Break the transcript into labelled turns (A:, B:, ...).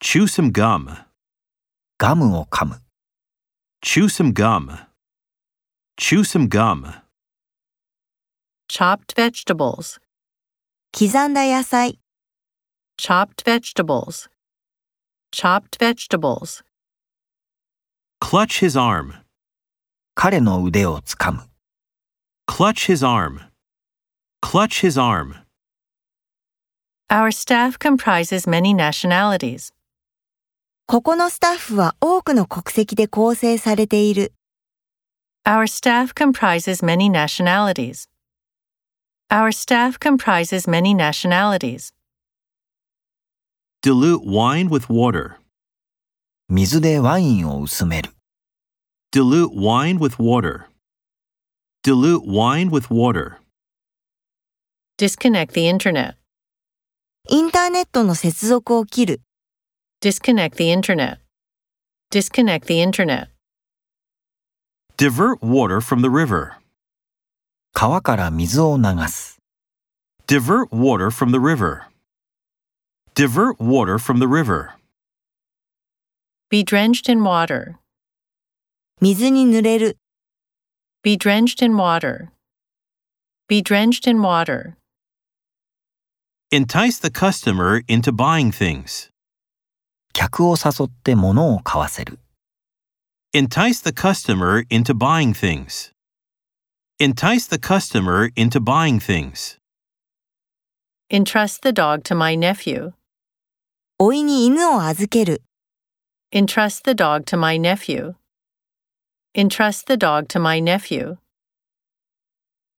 A: Chew some gum.
B: ガムを噛む、
A: Chew some gum. Chew some gum.
C: chopped vegetables,
D: 刻んだ野菜、
C: chopped vegetables, chopped vegetables,
A: Clutch his arm.
B: 彼の腕をつかむ、
A: Clutch his arm. Clutch his arm.
C: Our staff comprises many nationalities.
D: ここのスタッフは多くの国籍で構成されている。
C: Our staff comprises many nationalities. Our staff comprises many nationalities.
A: Dilute wine with water.
B: 水でワインを薄める、
A: Dilute wine with water. Dilute wine with water.
C: Disconnect the internet.
D: インターネットの接続を切る。
C: Disconnect the internet. Disconnect the internet.
A: Divert water from the river.
B: 川から水を流す、
A: Divert water from the river. Divert water from the river.
C: Be drenched in water.
D: 水に濡れる。
C: Be drenched in water. Be drenched in water.
A: Entice the customer into buying things.
B: 客を誘って物を買わせる、
A: Entice the customer into buying things. Entice the customer into buying things.
C: Entrust the dog to my nephew.
D: 老いに犬を預ける。
C: Entrust the dog to my nephew. Entrust the dog to my nephew.